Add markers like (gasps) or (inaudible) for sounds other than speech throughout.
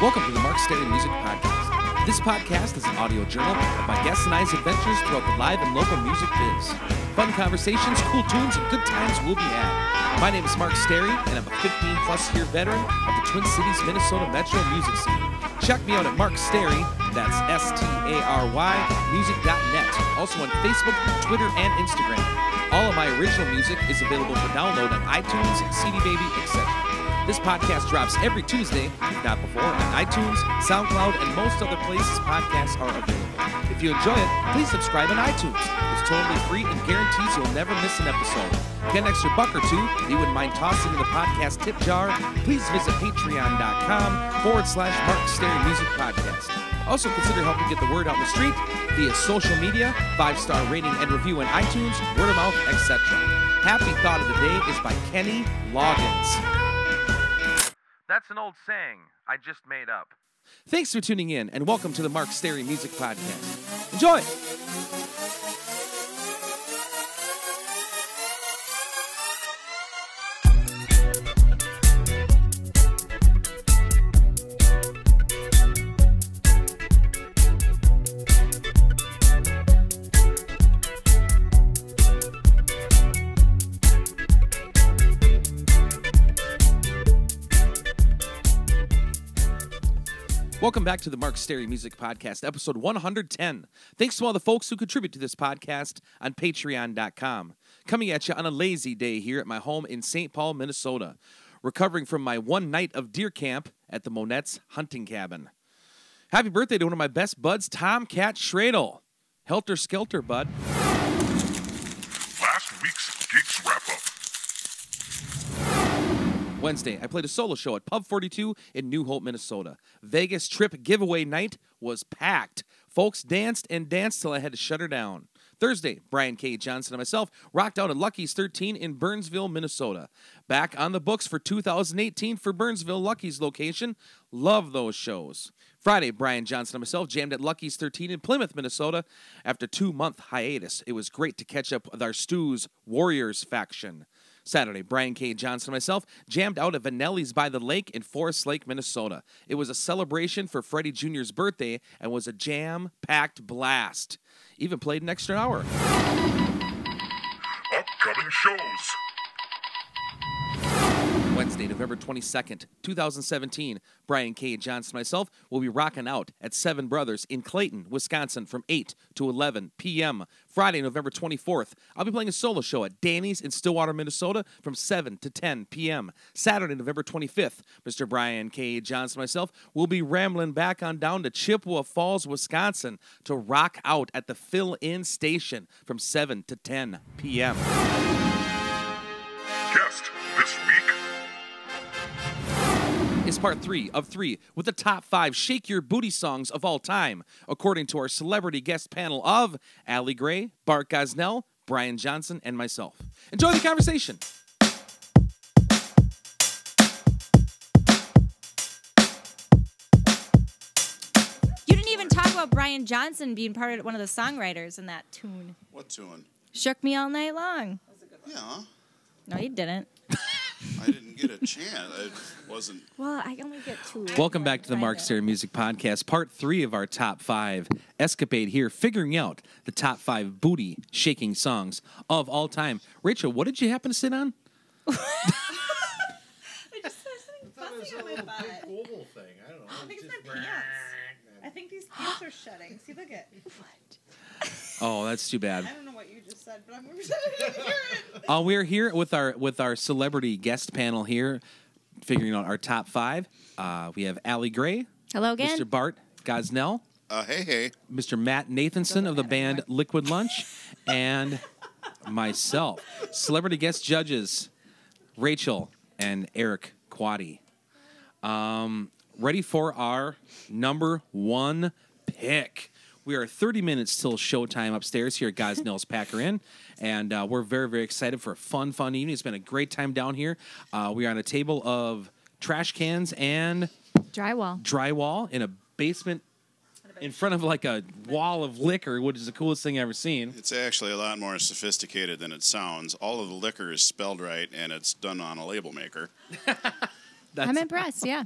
Welcome to the Mark Staley Music Podcast. This podcast is an audio journal of my guests and I's adventures throughout the live and local music biz. Fun conversations, cool tunes, and good times will be had. My name is Mark Sterry, and I'm a 15 plus year veteran of the Twin Cities, Minnesota metro music scene. Check me out at Mark Sterry, that's S T A R Y, music.net. Also on Facebook, Twitter, and Instagram. All of my original music is available for download on iTunes, CD Baby, etc. This podcast drops every Tuesday, if not before, on iTunes, SoundCloud, and most other places podcasts are available. If you enjoy it, please subscribe on iTunes. It's totally free and guarantees you'll never miss an episode. Get an extra buck or two that you wouldn't mind tossing in the podcast tip jar. Please visit patreon.com forward slash Mark Sterry Music Podcast. Also consider helping get the word out in the street via social media, five-star rating and review on iTunes, word of mouth, etc. Happy Thought of the Day is by Kenny Loggins. That's an old saying I just made up. Thanks for tuning in, and welcome to the Mark Sterry Music Podcast. Enjoy! Welcome back to the Mark Sterry Music Podcast, episode 110. Thanks to all the folks who contribute to this podcast on patreon.com. Coming at you on a lazy day here at my home in St. Paul, Minnesota, recovering from my one night of deer camp at the Monette's hunting cabin. Happy birthday to one of my best buds, Tomcat Schradel. Helter Skelter, bud. Last week's Geeks Wrap Up. Wednesday, I played a solo show at Pub 42 in New Hope, Minnesota. Vegas trip giveaway night was packed. Folks danced and danced till I had to shut her down. Thursday, Brian K. Johnson and myself rocked out at Lucky's 13 in Burnsville, Minnesota. Back on the books for 2018 for Burnsville Lucky's location. Love those shows. Friday, Brian Johnson and myself jammed at Lucky's 13 in Plymouth, Minnesota. After two month hiatus, it was great to catch up with our Stews Warriors faction. Saturday, Brian K. Johnson and myself jammed out at Vanelli's by the Lake in Forest Lake, Minnesota. It was a celebration for Freddie Jr.'s birthday and was a jam packed blast. Even played an extra hour. Upcoming shows. Wednesday, November 22nd, 2017, Brian K. Johnson and myself will be rocking out at Seven Brothers in Clayton, Wisconsin from 8 to 11 p.m. Friday, November 24th, I'll be playing a solo show at Danny's in Stillwater, Minnesota from 7 to 10 p.m. Saturday, November 25th, Mr. Brian K. Johnson and myself will be rambling back on down to Chippewa Falls, Wisconsin to rock out at the fill in station from 7 to 10 p.m. Guest this week. is part three of three with the top five shake your booty songs of all time, according to our celebrity guest panel of Allie Gray, Bart Gosnell, Brian Johnson, and myself. Enjoy the conversation. You didn't even talk about Brian Johnson being part of one of the songwriters in that tune. What tune? Shook me all night long. Yeah, No, you didn't. I didn't get a chance. It wasn't. Well, I only get two. Welcome back to the Mark series. Sterry Music Podcast, part three of our top five escapade here, figuring out the top five booty shaking songs of all time. Rachel, what did you happen to sit on? (laughs) oval thing. I don't know. I think it's my pants. I (gasps) think these pants are shedding. See, look at. Oh, that's too bad. I don't know what you just said, but I'm (laughs) excited to hear it. Uh, we're here with our with our celebrity guest panel here, figuring out our top five. Uh, we have Allie Gray, Hello again. Mr. Bart Gosnell, Uh, hey, hey. Mr. Matt Nathanson of the band Liquid Lunch, and myself. Celebrity guest judges Rachel and Eric Quaddy. Um, ready for our number one pick. We are 30 minutes till showtime upstairs here at Gosnell's Packer Inn, and uh, we're very, very excited for a fun, fun evening. It's been a great time down here. Uh, we are on a table of trash cans and Drywall. drywall in a basement in front of like a wall of liquor, which is the coolest thing I've ever seen. It's actually a lot more sophisticated than it sounds. All of the liquor is spelled right, and it's done on a label maker. That's, I'm impressed. Yeah.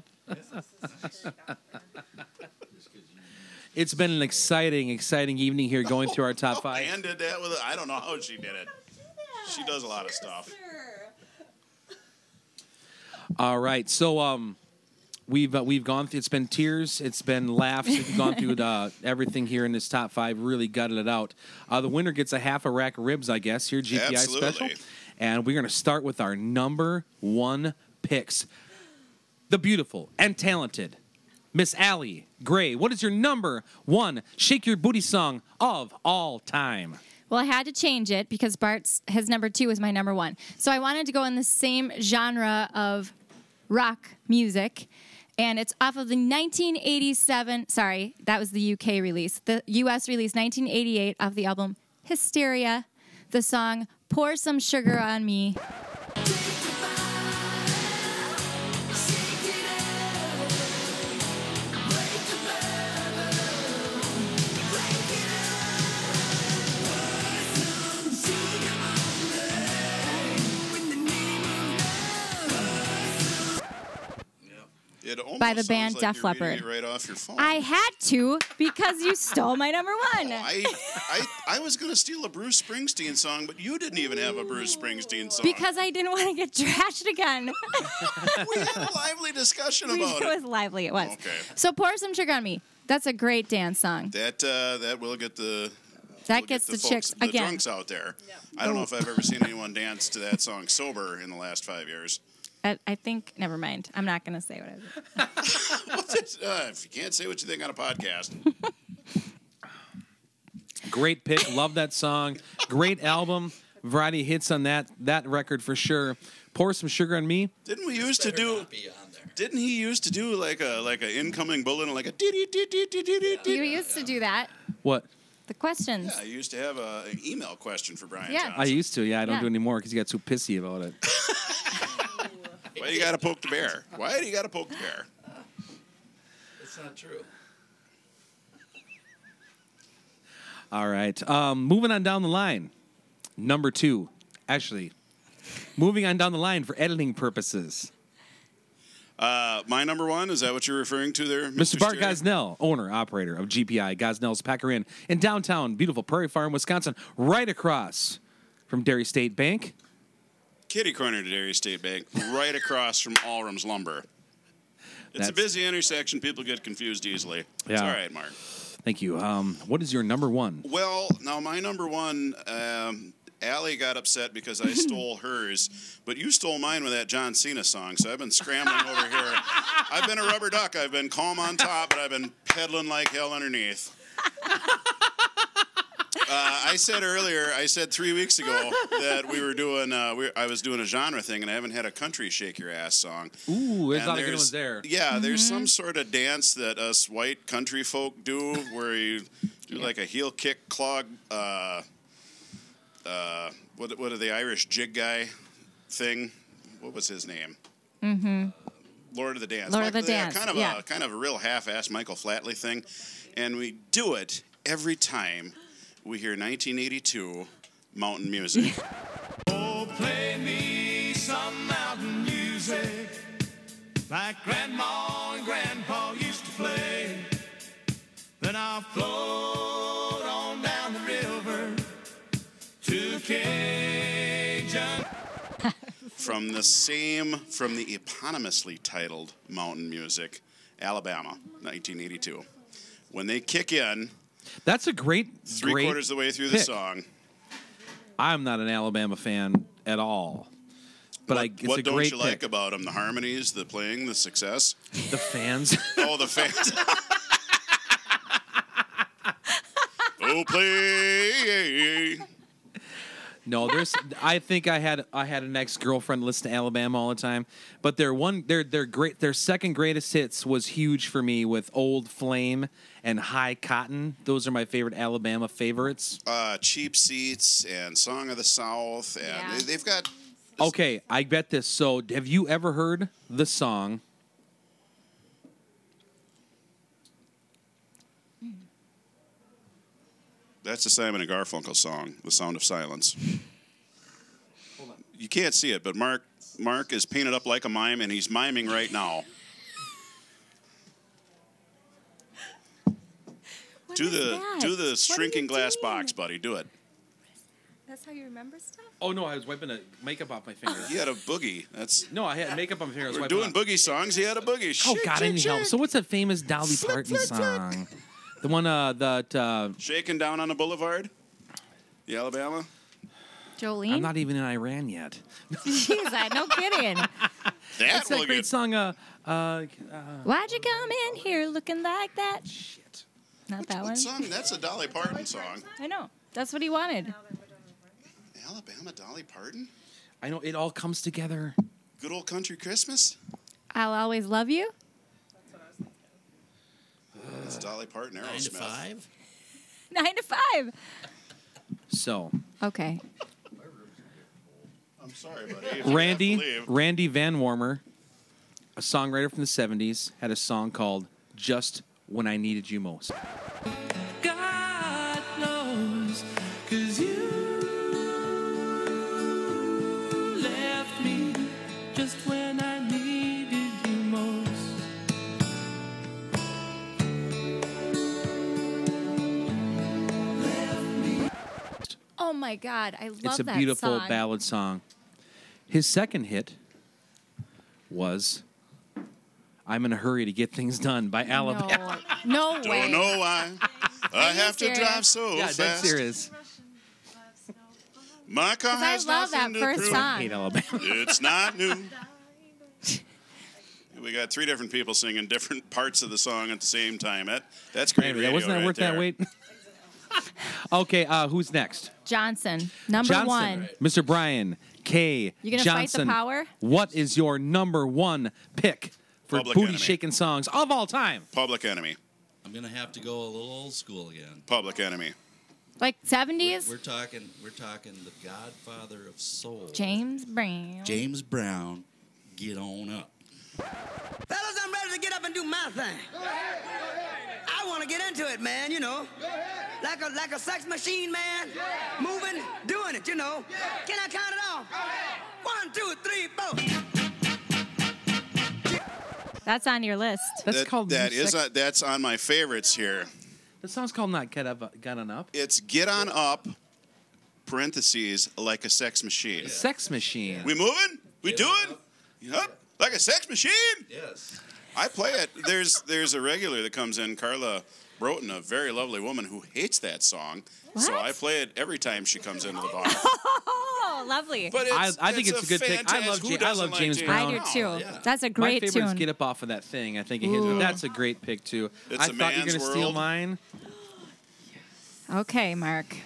It's been an exciting, exciting evening here going through our (laughs) top five. Anne did that with it. I don't know how she did it. She does a lot of stuff. All right. So um we've uh, we've gone through it's been tears, it's been laughs, we've gone through uh, (laughs) everything here in this top 5, really gutted it out. Uh, the winner gets a half a rack of ribs, I guess. Here GPI special. Absolutely. And we're going to start with our number 1 picks. The beautiful and talented Miss Allie Gray. What is your number 1 shake your booty song of all time? Well, I had to change it because Bart's his number two was my number one. So I wanted to go in the same genre of rock music. And it's off of the 1987, sorry, that was the UK release. The US release 1988 of the album Hysteria, the song Pour Some Sugar on Me. It almost By the sounds band like Def you're reading Leppard. it Right off your phone. Oh, I had to because you stole my number one. I, I, I was going to steal a Bruce Springsteen song, but you didn't even have a Bruce Springsteen song. Because I didn't want to get (laughs) trashed again. we had a lively (laughs) discussion about it was it. lively. It was. Okay. So pour some sugar on me. That's a great dance song. That uh, that will get the That will gets get the, folks, chicks the again. drunks out there. I don't know if I've ever seen anyone dance to that song sober in the last five years. I, I think. Never mind. I'm not gonna say what it is. Uh, if you can't say what you think on a podcast, Great pick. Love that song. Great album. Variety of hits on that that record for sure. Pour some sugar on me. didn't we used to Better do? not be on there. Didn't he used to do like a like an incoming bullet and like a dee dee dee dee dee dee dee? You used to do that. What? The questions. I used to have a, an email question for Brian. Yeah. I Johnson. used to. Yeah, I don't Yeah. do it anymore because he got too pissy about it. Why you got to poke the bear? Why do you got to poke the bear? It's not true. All right. Um, moving on down the line. Number two, Ashley. Moving on down the line for editing (laughs) purposes. Uh, my number one is that what you're referring to there, Mr. Bart Steer? Gosnell, owner, operator of GPI Gosnell's Packer Inn in downtown, beautiful Prairie Farm, Wisconsin, right across from Dairy State Bank. Kitty corner to Dairy State Bank, right across from Allrum's Lumber. It's That's- a busy intersection. People get confused easily. It's Yeah. all right, Mark. Thank you. Um, what is your number one? Well, now my number one, um, Allie got upset because I stole hers, but you stole mine with that John Cena song. So I've been scrambling over here. I've been a rubber duck. I've been calm on top, but I've been peddling like hell underneath. Uh, I said earlier, I said three weeks ago that we were doing, uh, we, I was doing a genre thing, and I haven't had a country shake your ass song. Ooh, there's And a lot of good there's- ones there. Yeah, there's Mm-hmm. some sort of dance that us white country folk do where you do like a heel kick clog. Uh, uh, what what are the Irish jig guy thing? What was his name? Mm-hmm. Lord of the Dance. Lord of the yeah, Dance, Kind of yeah. a kind of a real half-assed Michael Flatley thing, and we do it every time we hear 1982 mountain music. Oh, play me some mountain music like Grandma and Grandpa used to play. Then I'll float on down the river to Cajun. from the same from the eponymously titled mountain music alabama 1982 when they kick in That's a great three great quarters of the way through the pick. song I'm not an Alabama fan at all, but I, what, it's what a don't great you like pick. about them the harmonies the playing the success the fans. (laughs) oh the fans (laughs) oh play no, there's. I think I had I had an ex girlfriend listen to Alabama all the time, but their one their their great their second greatest hits was huge for me with Old Flame and High Cotton. Those are my favorite Alabama favorites. uh, cheap seats and song of the south and Yeah. they, they've got Okay, I bet this. So, have you ever heard the song? That's the Simon and Garfunkel song, "The Sound of Silence." You can't see it, but Mark Mark is painted up like a mime, and he's miming right now. What Do is the that? do What are the you shrinking glass doing? box, buddy. Do it. That's how you remember stuff? Oh no, I was wiping a makeup off my fingers. You had a boogie. That's No, I had makeup on my fingers. I was we're wiping doing off- boogie songs. He had a boogie. Oh Shake, God, shake, anyhow. shake. So what's that famous Dolly Parton song? The one uh, that uh, shaking down on a boulevard, the Alabama. Jolene? I'm (laughs) not even in Iran yet. Jeez, I- (laughs) no kidding. That It's that will great get song. Uh, uh, Why'd you come in here looking like that? shit. Not that one. what song. That's a Dolly Parton song. I know. That's what he wanted. Alabama Dolly Parton. I know it all comes together. Good old country Christmas. I'll always love you. It's Dolly Parton. Nine to Aerosmith. five. Nine to five. So Okay. I'm sorry, buddy. if you have to Randy leave. Randy Van Warmer, a songwriter from the '70s, had a song called "Just When I Needed You Most." God knows, cause you left me just when I needed you most. Oh my God, I love It's a that beautiful song. ballad song. His second hit was "I'm in a Hurry to Get Things Done" by Alabama. (laughs) No, no way. Don't (laughs) know why. I have to serious? drive so Yeah, fast. that's serious. My car 'Cause I has love nothing that to first prove. song. Hate Alabama. It's not (laughs) new. We got three different people singing different parts of the song at the same time. That that's (laughs) great. Anyway, that wasn't that radio worth right that there. wait. (laughs) okay, uh, who's next? Johnson, number Johnson, one. Mr. Brian K. You gonna fight the Johnson. power? What is your number one pick for Public booty Enemy. shaking songs of all time? Public Enemy. I'm gonna have to go a little old school again. Public Enemy. Like 70s? We're talking. We're talking the Godfather of Soul. James Brown. James Brown. Get on up. (laughs) Fellas, I'm ready to get up and do my thing. I want to get into it, man, you know. Like a like a sex machine, man. Moving, doing it, you know. Can I count it off? One, two, three, four. That's on your list. That's That- called that you is sex- a, that's on my favorites here. That song's called Not Get Up, Got On Up. It's Get On Up. Parentheses like a sex machine. Sex Machine. We moving? We Get on doing? up. Yup. Like a sex machine. Yes. I play it. There's there's a regular that comes in, Carla Broughton, a very lovely woman who hates that song. So What? I play it every time she comes into the (laughs) bar. (laughs) Oh, lovely. But I- I think it's a good pick. I fantastic- love who Ja- I doesn't love James I do Oh, Brown. too. yeah. That's a My great favorite tune. is Get Up Off of That Thing. I think it hits. But that's a great pick too. It's I a thought you were man's gonna steal world. mine. okay, Mark.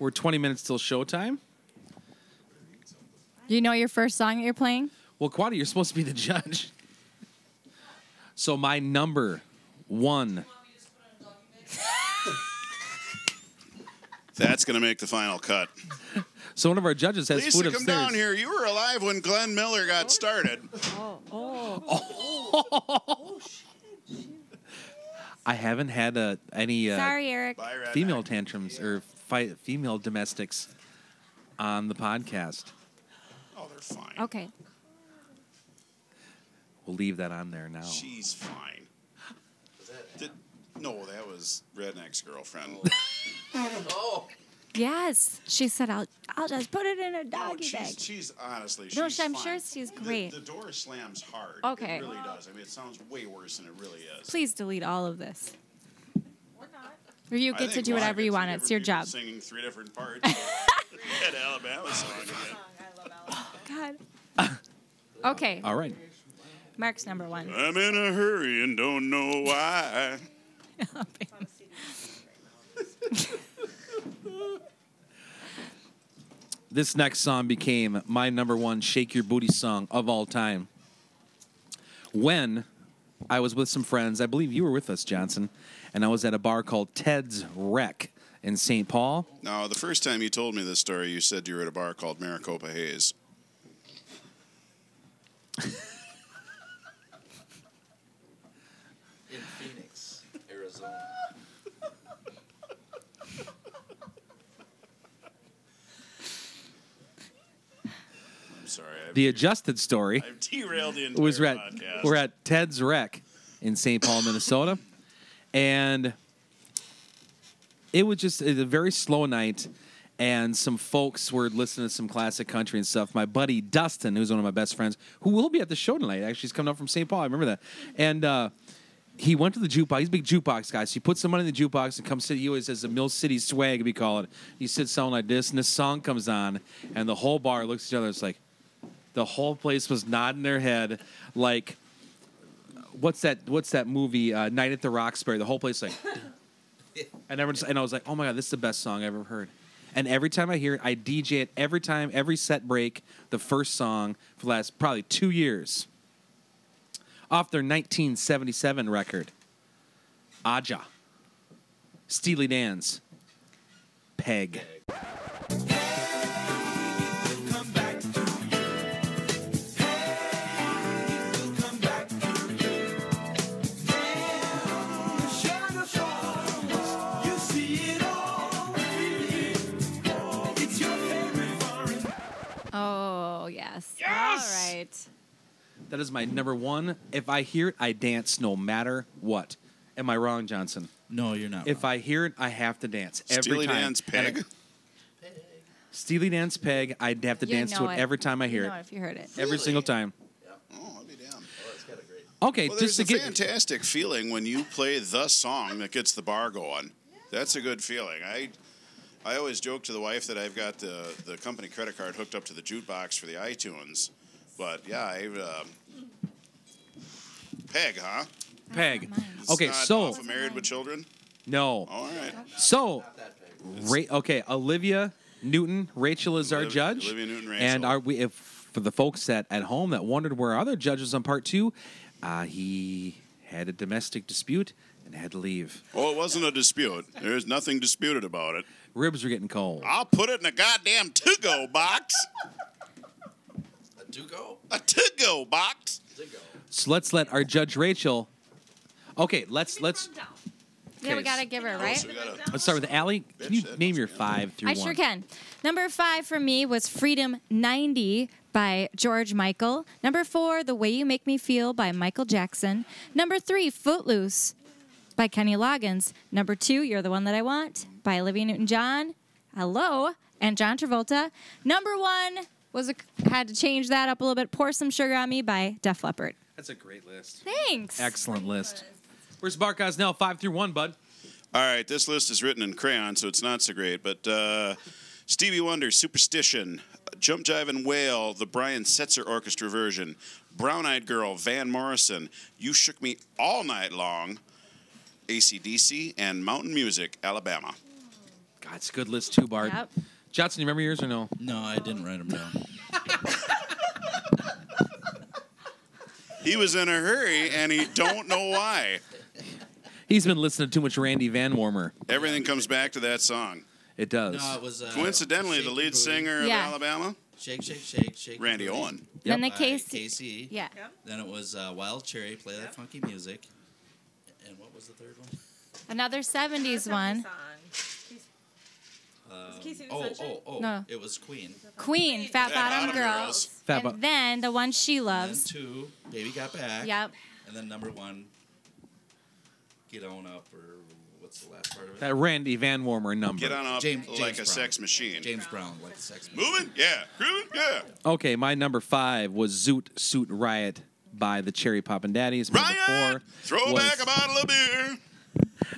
We're 20 minutes till showtime. Do you know your first song that you're playing? Well, Quadi, you're supposed to be the judge. So my number one. That's going to make the final cut. So one of our judges has Lisa, food come upstairs. down here. You were alive when Glenn Miller got started. I haven't had uh any uh, Sorry, Eric. Bye, Redneck. female tantrums or fi- female domestics on the podcast. Oh, they're fine. Okay. We'll leave that on there now. She's fine. Did- no, that was Redneck's girlfriend. Yes, she said I'll I'll just put it in a No, doggy bag. Oh, she's, she's honestly. No, she's she- I'm fine. sure she's The- great. The, door slams hard. Okay. It really does. I mean, it sounds way worse than it really is. Please delete all of this. Or you I get to think do live whatever it's you three want. It's your different people job. Singing three different (laughs) parts. (laughs) That Alabama song. again. God. (laughs) Okay, All right. Mark's number one. I'm in a hurry and don't know why. This next song became my number one shake your booty song of all time. When I was with some friends, I believe you were with us, Johnson, and I was at a bar called Ted's Wreck in St. Paul. Now, the first time you told me this story, you said you were at a bar called Maricopa Hayes. In Phoenix, Arizona. I'm sorry. I've, The adjusted story. I've derailed the entire was at podcast. we're at Ted's Rec in St. Paul, Minnesota, and it was just a very slow night and some folks were listening to some classic country and stuff my buddy dustin who's one of my best friends who will be at the show tonight actually he's coming up from st paul i remember that and uh, he went to the jukebox he's a big jukebox guy so he puts some money in the jukebox and comes to he always says the mill city swag we call it he sits sound like this and this song comes on and the whole bar looks at each other it's like the whole place was nodding their head like what's that what's that movie uh, night at the roxbury the whole place like and everyone's and I was like, oh my god, this is the best song I have ever heard. And every time I hear it, I DJ it every time, every set break, the first song for the last probably two years. Off their 1977 record, Aja, Steely Dan's Peg. Oh, yes. Yes! All right. That is my number one. If I hear it, I dance no matter what. Am I wrong, Johnson? No, you're not. If I hear it, I have to dance every Steely time. Dan's And I- Peg. Steely Dan's Peg. I'd have to You dance to know it it. every time I hear You it. know if you heard it. Every single time. Oh, I'll be damned. Okay, Well, just there's to a get fantastic feeling when you play the song that gets the bar going. That's a good feeling. I I always joke to the wife that I've got the, the company credit card hooked up to the jukebox for the iTunes. But yeah, I uh, Peg, huh? Peg. It's Okay, not so off of married with children. no, All right. so Ra- okay, Olivia Newton Rachel is our Olivia- judge, Olivia Newton-Rachel. and are we if for the folks that at home that wondered where our other judges on part two, uh, he had a domestic dispute and had to leave. Well, it wasn't a dispute. There's nothing disputed about it. Ribs were getting cold. I'll put it in a goddamn to-go box. a Dugo? A to-go box. So let's let our judge Rachel. Okay, let's let's Yeah, we Okay, got to give her, right? So we gotta- let's start with Allie. Can Bitch, you that name must your be five through I one? sure can. Number five for me was Freedom 90 by George Michael. Number four, The Way You Make Me Feel by Michael Jackson. Number three, Footloose by Kenny Loggins. Number two, You're the One That I Want by Olivia Newton John. Hello, and John Travolta. Number one was a, had to change that up a little bit. Pour Some Sugar on Me by Def Leppard. That's a great list. Thanks. Excellent list. Where's Barkos now? Five through one, bud. All right, this list is written in crayon, so it's not so great. But uh, Stevie Wonder, Superstition, Jump Jive and Wail, the Brian Setzer Orchestra version, Brown Eyed Girl, Van Morrison, You Shook Me All Night Long, ACDC, and Mountain Music, Alabama. God, it's a good list too, Bart. Yep. Johnson, you remember yours or no? No, I didn't write (laughs) them down. He was in a hurry, and he don't know why. He's been listening to too much Randy Van Warmer. Everything comes back to that song. It does. No, it was uh, Coincidentally, Shake the Your lead Booty. singer Yeah. of Alabama, Shake, shake, shake, shake. Your Randy Booty Owen. Then the by case. KC. Yeah. Then it was uh, Wild Cherry, Play That Funky Music. And what was the third one? Another 70s one. Casey Oh, oh, oh. No. It was Queen. And Queen, Fat Fat Bottom Bottom Girls. Fat Bo- And then the one she then loves. two, Baby Got Back. Yep. And then number one, Get On Up, or what's the last part of it? that Randy Van Warmer number. Get on up James- like James a Brown. sex machine. James Brown, like the Sex Moving? Yeah. Grooving? Yeah. Okay, my number five was Zoot Suit Riot by the Cherry Pop and Daddies. Number Ryan, four throw was, back a bottle of beer.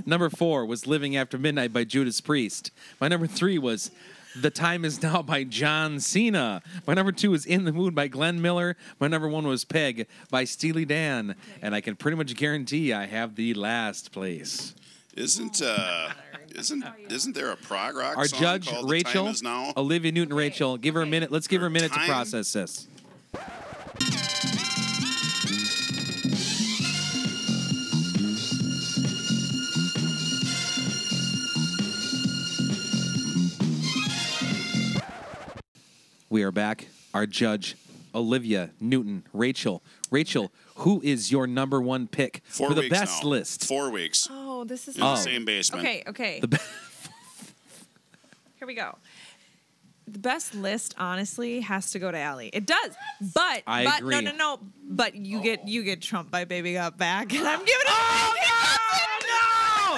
Number four was Living After Midnight by Judas Priest. My number three was The Time Is Now by John Cena. My number two was In the Mood by Glenn Miller. My number one was Peg by Steely Dan. And I can pretty much guarantee I have the last place. Isn't uh, isn't isn't there a prog rock Our song judge called The Rachel, uh, Time Is Now? Olivia Newton Rachel. Give her a minute. Let's give her a minute Time? to process this. We are back. Our judge, Olivia Newton Rachel. Rachel, who is your number one pick Four for the weeks best now. list? Four weeks Oh, this is in the same basement. okay. Okay, The be- (laughs) here we go. The best list, honestly, has to go to Allie. It does, but I but agree. no, no, no. (laughs) But you get you get trumped by Baby Got Back, and I'm giving it. Oh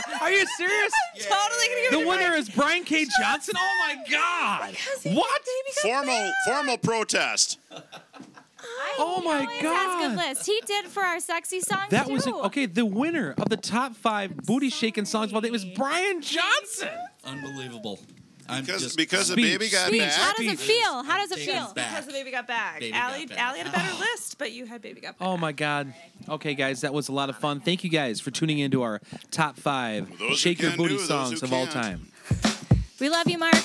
no! no, are you serious? Totally gonna give it The to winner Brian. is Brian K. Johnson. Oh my God! What? Formal formal protest. Oh my Always has good God! list. He did for our sexy songs That too. was okay. The winner of the top five booty shaking songs of all time was Brian Johnson. Unbelievable. I'm Because just, because the Speech, baby got speech. How back. does it Happy. feel? How does it Taken feel? back. Because the baby got back. Baby got Allie, back. Allie had a better list, but you had baby got back. Oh my God. Okay, guys, that was a lot of fun. Thank you guys for tuning into our top five Those who shake your can booty do, those songs who of all can't. time. We love you, Mark.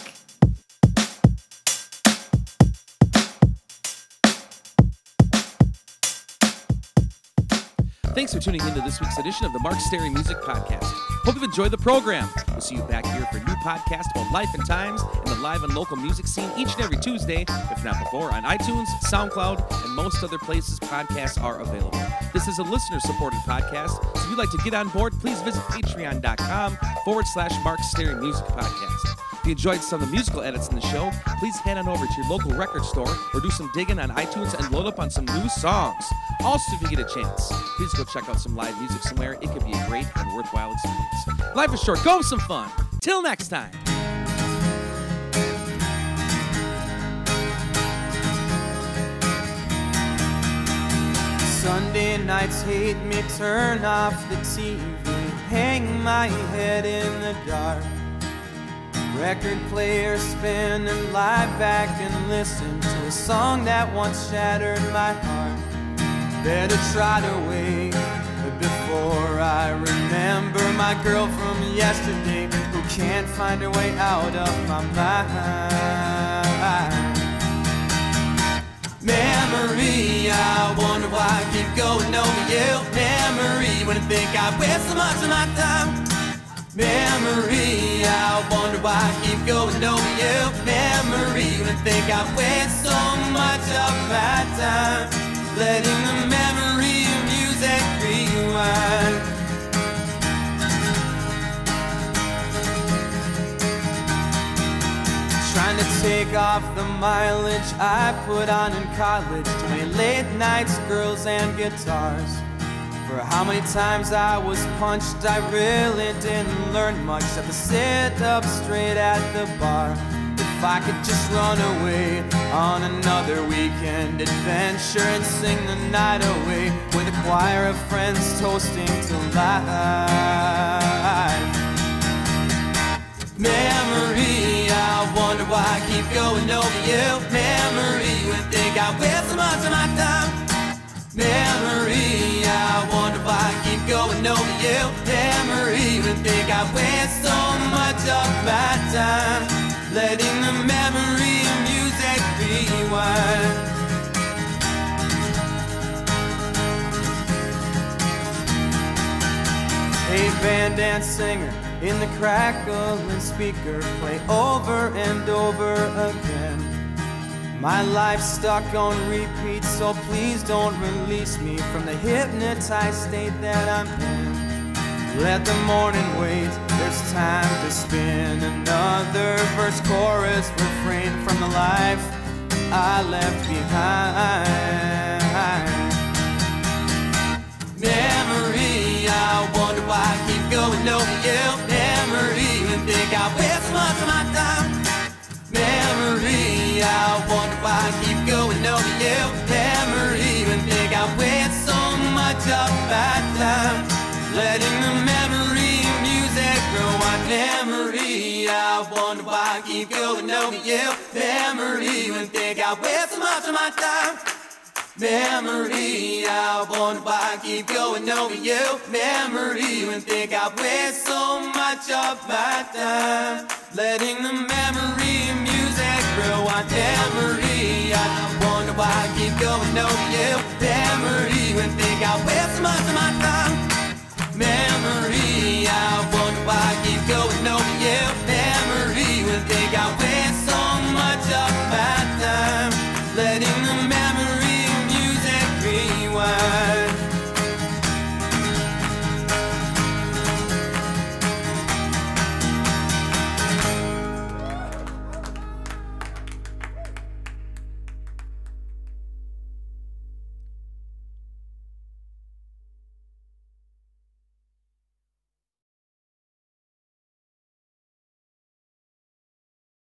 Thanks for tuning into this week's edition of the Mark Sterry Music Podcast. Hope you've enjoyed the program. We'll see you back here for a new podcast about life and times and the live and local music scene each and every Tuesday, if not before, on iTunes, SoundCloud, and most other places podcasts are available. This is a listener-supported podcast, so if you'd like to get on board, please visit patreon.com forward slash Mark Sterry Music Podcast. If you enjoyed some of the musical edits in the show, please head on over to your local record store or do some digging on iTunes and load up on some new songs. Also, if you get a chance, please go check out some live music somewhere. It could be a great and worthwhile experience. Life is short. Go have some fun. Till next time. Sunday nights hate me, turn off the TV, hang my head in the dark. Record player spin and lie back and listen to a song that once shattered my heart. Better try to wake up before I remember my girl from yesterday who can't find her way out of my mind memory. I wonder why I keep going over you. Memory, when I think I waste so much of my time. Memory, I wonder why I keep going over you. Memory, when I think I waste so much of my time. Letting the memory of music rewind. Trying to take off the mileage I put on in college to my late nights, girls, and guitars. For how many times I was punched, I really didn't learn much. Except to sit up straight at the bar. If I could just run away on another weekend adventure and sing the night away with a choir of friends toasting to life memory. I wonder why I keep going over you. Memory, when think I waste so much of my time. Memory, I wonder why I keep going over you. Memory, when think I waste so much of my time. Letting the memory of music rewind. A band and singer in the crackling speaker play over and over again. My life's stuck on repeat, so please don't release me from the hypnotized state that I'm in. Let the morning wait, there's time to spin another verse, chorus, refrain from the life I left behind memory. I wonder why I keep going over you. Memory, and think I waste so much of my time. Memory, I wonder why I keep going over you. Memory, and think I waste so much of my time. Letting the memory of music grow on memory. I wonder why I keep going over you. Memory, and think I waste so much of my time. Memory, I wonder why I keep going over you. Memory, when think I waste so much of my time. Letting the memory of music grow on memory. I wonder why I keep going over you. Memory, when think I waste so much of my time. Memory,